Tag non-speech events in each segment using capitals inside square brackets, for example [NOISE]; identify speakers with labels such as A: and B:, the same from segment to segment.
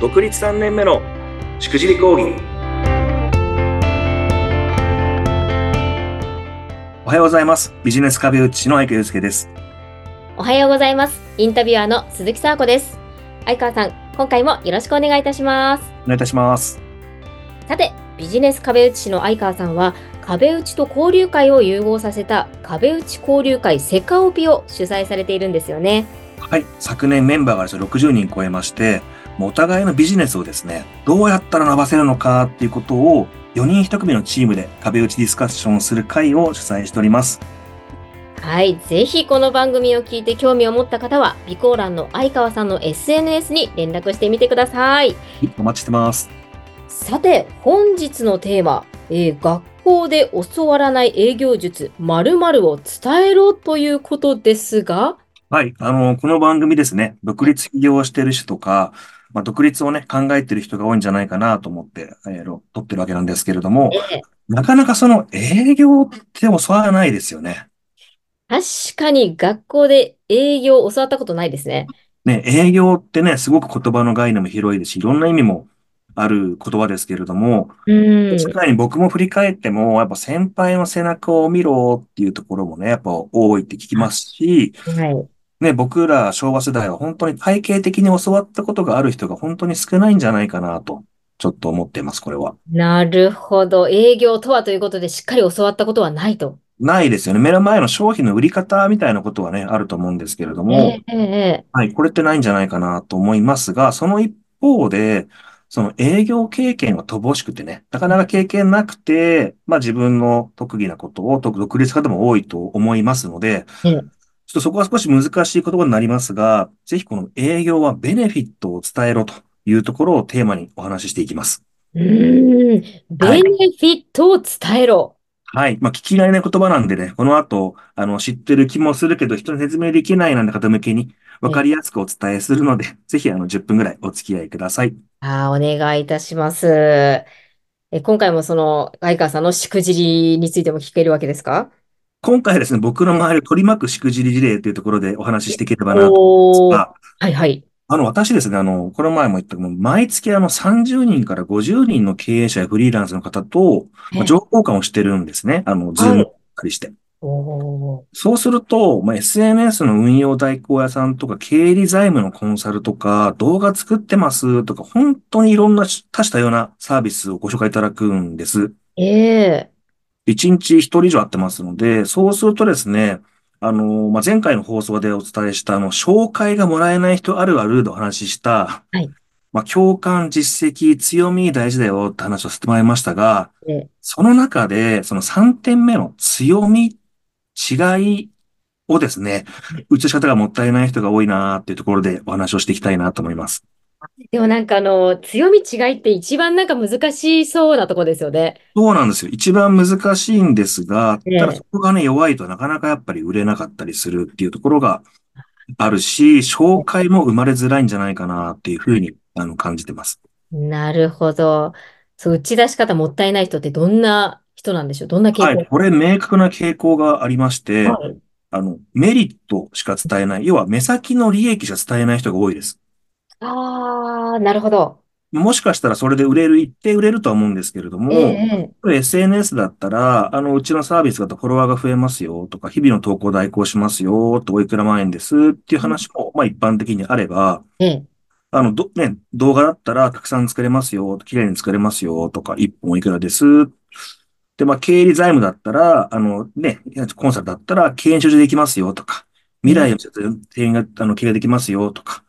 A: 独立3年目のしくじり講義おはようございますビジネス壁打ちの相川祐介です
B: おはようございます。インタビュアーの鈴木沙子です。相川さん、今回もよろしくお願いいたします。
A: お願いいたします
B: さて、ビジネス壁打ち師の相川さんは、壁打ちと交流会を融合させた壁打ち交流会セカオピを主催されているんですよね。
A: はい昨年メンバーがですね60人超えましてもうお互いのビジネスをですねどうやったら伸ばせるのかっていうことを4人1組のチームで壁打ちディスカッションをする会を主催しております
B: はい、ぜひこの番組を聞いて興味を持った方は、備考欄の相川さんの SNS に連絡してみてください。
A: お待ちしてます
B: さて、本日のテーマ、えー学校で教わらない営業術〇〇を伝えろということですが、
A: はい。あの、この番組ですね、独立起業してる人とか、まあ、独立をね、考えてる人が多いんじゃないかなと思って、えーろ撮ってるわけなんですけれども、
B: え
A: なかなかその営業って教わらないですよね。
B: ー確かに学校で営業を教わったことないですね。
A: ね、営業ってね、すごく言葉の概念も広いですし、いろんな意味もある言葉ですけれども、
B: うん。
A: 確かに僕も振り返っても、やっぱ先輩の背中を見ろっていうところもね、やっぱ多いって聞きますし、
B: はい。
A: ね、僕ら昭和世代は本当に体系的に教わったことがある人が本当に少ないんじゃないかなと、ちょっと思っています、これは。
B: なるほど。営業とはということで、しっかり教わったことはないと。
A: ないですよね。目の前の商品の売り方みたいなことはね、あると思うんですけれど
B: え
A: も、
B: えええ
A: はい、これってないんじゃないかなと思いますが、その一方で、その営業経験が乏しくてね、なかなか経験なくて、まあ自分の特技なことを独独立する方も多いと思いますので、
B: ええ
A: ちょっとそこは少し難しい言葉になりますが、ぜひこの営業はベネフィットを伝えろというところをテーマにお話ししていきます。
B: うーん。ベ
A: はい
B: ネフィットを伝えろ。
A: はい。まあ、聞き慣れない言葉なんでね、この後、あの、知ってる気もするけど、人に説明できないなんて方向けに、わかりやすくお伝えするので、ぜひ、あの、10分ぐらいお付き合いください。
B: あーお願いいたします。え、今回もその、相川さんのしくじりについても聞けるわけですか
A: 今回はですね、僕の周りを取り巻くしくじり事例というところでお話ししていければなと思い
B: お
A: ます
B: ー
A: が、
B: はいはい。
A: あの、私ですね、あの、この前も言ったけど、毎月あの、30人から50人の経営者やフリーランスの方と、まあ
B: え
A: 情報交換をしてるんですね。あの、ズームを借りして。
B: おー
A: そうすると、まあ、SNS の運用代行屋さんとか、経理財務のコンサルとか、動画作ってますとか、本当にいろんな多種多様なサービスをご紹介いただくんです。
B: ええ
A: 1日1人以上会ってますので、そうするとですね、あの、まあ、前回の放送でお伝えした、あの、紹介がもらえない人あるあるでお話しした、
B: はい
A: まあ、共感、実績、強み大事だよって話をさせてもらいましたが
B: ええ、
A: その中で、その3点目の強み、違いをですね、打ち出し方がもったいない人が多いなっていうところでお話をしていきたいなと思います。
B: でもなんかあの、強み違いって一番なんか難しそうなとこですよね。
A: そうなんですよ。一番難しいんですが、
B: ええ
A: ただそこがね、弱いとなかなかやっぱり売れなかったりするっていうところがあるし、紹介も生まれづらいんじゃないかなっていうふうに、あの、感じてます。
B: なるほど。そう、打ち出し方もったいない人ってどんな人なんでしょうどんな傾
A: はい。
B: 向
A: これ明確な傾向がありまして、
B: はい
A: あの、メリットしか伝えない。要は目先の利益しか伝えない人が多いです。
B: ああ、なるほど。
A: もしかしたらそれで売れる、一定売れるとは思うんですけれども、
B: ええ、
A: SNS だったら、あの、うちのサービスだとフォロワーが増えますよとか、日々の投稿代行しますよとか、おいくら万円ですっていう話も、まあ一般的にあれば、
B: ええ、
A: あの、ど、ね、動画だったらたくさん作れますよ、綺麗に作れますよとか、一本いくらです。で、まあ、経理財務だったら、あの、ね、コンサルだったら、経営書でできますよとか、未来を提案が、あの、経営できますよとか。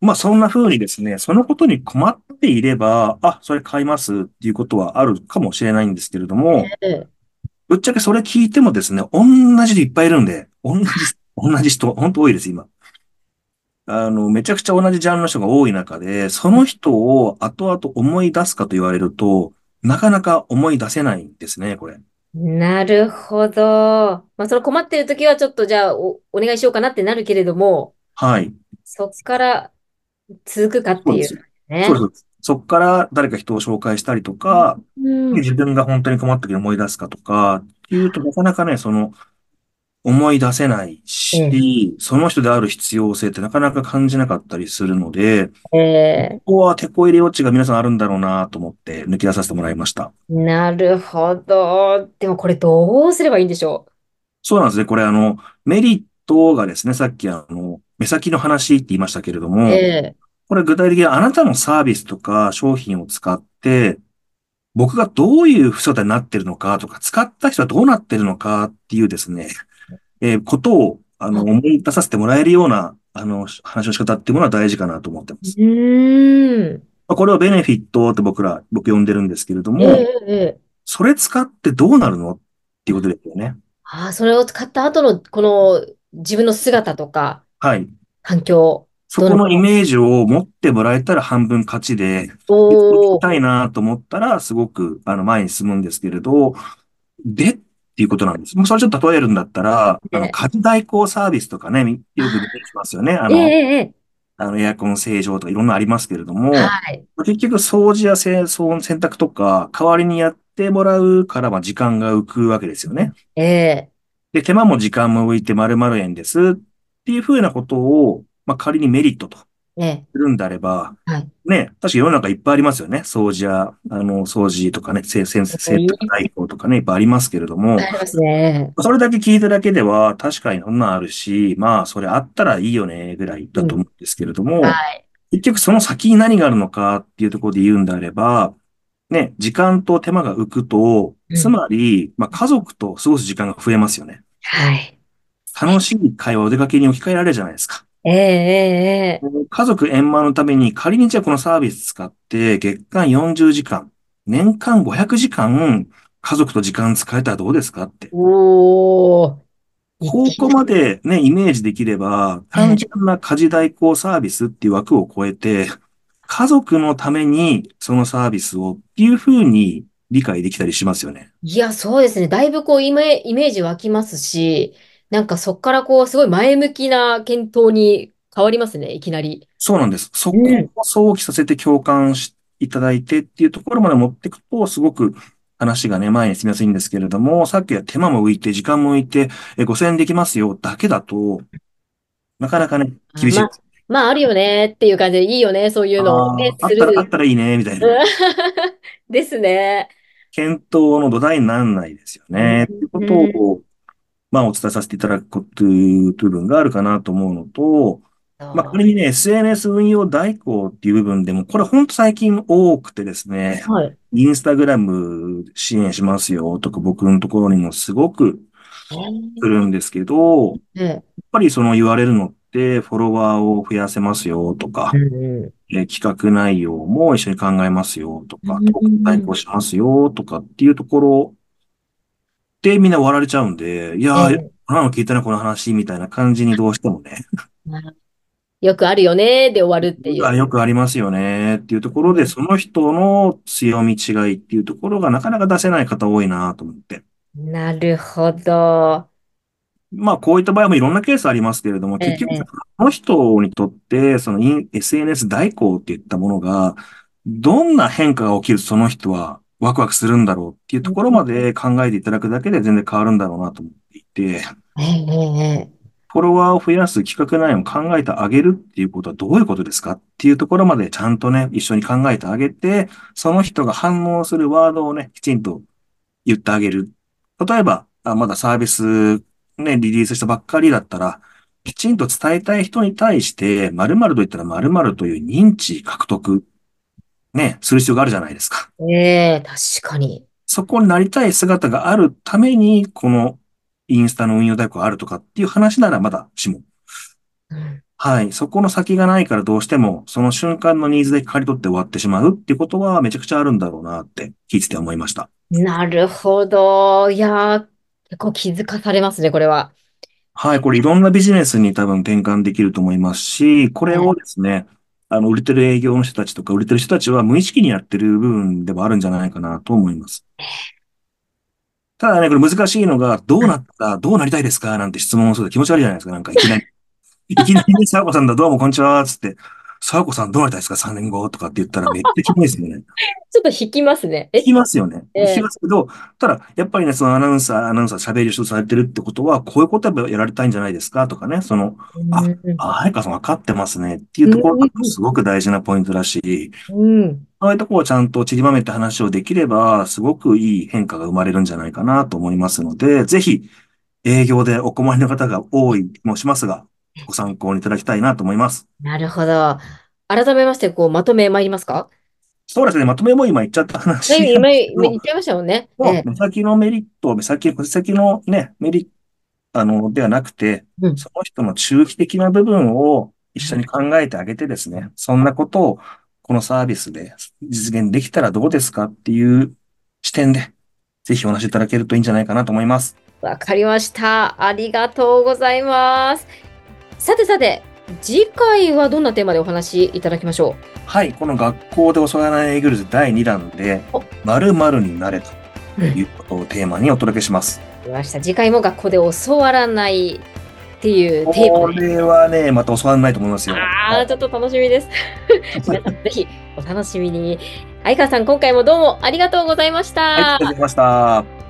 A: まあ、そんな風にですね、そのことに困っていれば、あ、それ買いますっていうことはあるかもしれないんですけれども、
B: ええ。
A: ぶっちゃけそれ聞いてもですね、同じでいっぱいいるんで、同じ、同じ人、本当多いです、今。あの、めちゃくちゃ同じジャンルの人が多い中で、その人を後々思い出すかと言われると、なかなか思い出せないんですね、これ。
B: なるほど。まあ、その困ってる時はちょっとじゃあお、お願いしようかなってなるけれども、
A: はい。
B: そこから続くかって
A: そう
B: い
A: で
B: う
A: す。
B: ね。
A: そうです。そっから誰か人を紹介したりとか、
B: うん。
A: 自分が本当に困った時に思い出すかとか、っていうと、なかなかね、その、思い出せない
B: え
A: し、その人である必要性ってなかなか感じなかったりするので、
B: ええ
A: ここは手こ入れ余地が皆さんあるんだろうなと思って抜き出させてもらいました。
B: なるほど。でもこれどうすればいいんでしょ
A: そうなんですね。これあの、メリットがですね、さっきあの、目先の話って言いましたけれど
B: う。
A: も、
B: ええ
A: これ具体的にあなたのサービスとか商品を使って、僕がどういう姿になってるのかとか、使った人はどうなってるのかっていうですね、えーことを、あの、
B: あ
A: 思い出させてもらえるような、あの、話の仕方っていうものは大事かなと思ってま
B: う
A: す。
B: ーん。
A: まあこれをベネフィットって僕ら、僕呼んでるんですけれど
B: ええ
A: も、
B: ええええ
A: それ使ってどうなるのっていうことですよね。
B: ああ、それを使った後の、この自分の姿とか、
A: はい。
B: 環境、
A: そこのイメージを持ってもらえたら半分勝ちで、行
B: お
A: きたいなと思ったら、すごく、あの、前に進むんですけれど、で、っていうことなんです。もうそれちょっと例えるんだったら、あの、
B: ね
A: 家事代行サービスとかね、みよく出てきますよね。あ
B: ええ
A: の、
B: ええ
A: あのエアコン清浄とかいろんなありますけれども、
B: はい。
A: 結局掃除や清掃、洗濯とか、代わりにやってもらうから、まあ、時間が浮くわけですよね。
B: ええ
A: で、手間も時間も浮いて丸々円ですっていうふうなことを、まあ、仮にメリットとす
B: ね
A: るんであれば、
B: えはい。
A: ね、確か世の中いっぱいありますよね。掃除や、あの、掃除とかね、せ、せ、洗濯代行とかね、いっぱいありますけれども、
B: ありますね。
A: それだけ聞いただけでは、確かにそんなんあるし、まあ、それあったらいいよね、ぐらいだと思うんですけれども、
B: はい。
A: 結局その先に何があるのかっていうところで言うんであれば、ね、時間と手間が浮くと、
B: うん
A: つまり、まあ、家族と過ごす時間が増えますよね。
B: はい。
A: 楽しい会話をお出かけに置き換えられるじゃないですか。
B: ええええ
A: 家族円満のために仮にじゃあこのサービス使って月間40時間、年間500時間、家族と時間使えたらどうですかって。
B: おお、い
A: ここまでね、イメージできれば、単純な家事代行サービスっていう枠を超えて、家族のためにそのサービスをっていうふうに理解できたりしますよね。
B: いや、そうですね。だいぶこう、イメ、イメージ湧きますし、なんかそこからこう、すごい前向きな検討に変わりますね、いきなり。
A: そうなんです。そこ
B: うん
A: を想起させて共感していただいてっていうところまで持っていくと、すごく話がね、前に進みやすいんですけれども、さっきは手間も浮いて、時間も浮いて、え5000円できますよだけだと、なかなかね、
B: あ
A: 厳しい
B: まあ、まあ、あるよねっていう感じで、いいよね、そういうのを
A: あ
B: ね、
A: ーあっ
B: す
A: たら、あ
B: る。
A: ったらいいね、みたいな。
B: うん [LAUGHS] ですね。
A: 検討の土台にならないですよね。ってことを、まあ、お伝えさせていただくこという部分があるかなと思うのと、まあ、これにね、SNS 運用代行っていう部分でも、これほんと最近多くてですね、
B: はい。
A: インスタグラム支援しますよとか、僕のところにもすごく来るんですけど、やっ
B: ね
A: ぱりその言われるのって、フォロワーを増やせますよとか
B: う、んう
A: えー企画内容も一緒に考えますよとか
B: うん、
A: 対抗しますよとかっていうところでみんな笑われちゃうんで、い
B: ん
A: やー、
B: え
A: あの聞いたな、この話みたいな感じにどうしてもね、
B: えよくあるよねで終わるっていう。
A: あよくありますよねっていうところで、その人の強み違いっていうところがなかなか出せない方多いなと思って。
B: なるほど。
A: まあ、こういった場合もいろんなケースありますけれども、
B: ええ
A: 結局、その人にとって、そのイン SNS 代行っていったものが、どんな変化が起きるとその人はワクワクするんだろうっていうところまで考えていただくだけで全然変わるんだろうなと思っていて、
B: ええええ
A: フォロワーを増やす企画内容を考えてあげるっていうことはどういうことですかっていうところまでちゃんとね、一緒に考えてあげて、その人が反応するワードをね、きちんと言ってあげる。例えば、あ、まだサービスね、リリースしたばっかりだったら、きちんと伝えたい人に対して、〇〇と言ったら〇〇という認知獲得、ね、する必要があるじゃないですか。
B: ええ確かに。
A: そこになりたい姿があるために、このインスタの運用代行あるとかっていう話ならまだしも。
B: うん
A: はい。そこの先がないからどうしても、その瞬間のニーズで刈り取って終わってしまうっていうことはめちゃくちゃあるんだろうなって聞いてて思いました。
B: なるほど。いやー、結構気づかされますね、これは。
A: はい。これいろんなビジネスに多分転換できると思いますし、これをですね、あの、売れてる営業の人たちとか、売れてる人たちは無意識にやってる部分でもあるんじゃないかなと思います。ただね、これ難しいのが、どうなったら、どうなりたいですかなんて質問をすると気持ち悪いじゃないですか。なんかいきなり。いきなりね、サーコさんだ、どうもこんにちは、つって。沢子さんどうなりたいですか ?3 年後とかって言ったらめっちゃ聞きですよね。
B: ちょっと引きますね。え
A: 聞きますよね。
B: ええ
A: 聞きますけど、ただ、やっぱりね、そのアナウンサー、アナウンサー喋る人されてるってことは、こういうことはやられたいんじゃないですかとかね、その、
B: うん
A: あ、早川さん分かってますねっていうところがすごく大事なポイントだし、
B: うん。
A: そういうところをちゃんと散りばめて話をできれば、すごくいい変化が生まれるんじゃないかなと思いますので、ぜひ、営業でお困りの方が多い気もしますが、ご参考にいただきたいなと思います。
B: なるほど。改めまして、こう、まとめ参りますか
A: そうですね、まとめも今言っちゃった話なんですけど。
B: 今、今言っちゃいましたもんね。
A: も
B: ええ
A: う目先のメリット、目先、目先のね、メリット、あの、ではなくて、
B: うん
A: その人の中期的な部分を一緒に考えてあげてですね、そんなことをこのサービスで実現できたらどうですかっていう視点で、ぜひお話しいただけるといいんじゃないかなと思います。
B: わかりました。ありがとうございます。さてさて、次回はどんなテーマでお話しいただきましょ
A: はい、この学校で教わらないエーグルズ第2弾で
B: お、
A: 〇〇になれと
B: うん
A: いうことをテーマにお届けします。
B: う来ました。次回も学校で教わらないっていうテー
A: こ
B: マで。
A: れはね、また教わらないと思いますよ。
B: ああ、ちょっと楽しみです。皆さん [LAUGHS] ぜひお楽しみに。相川さん、今回もどうもありがとうございました。
A: はい、ありがとうございました。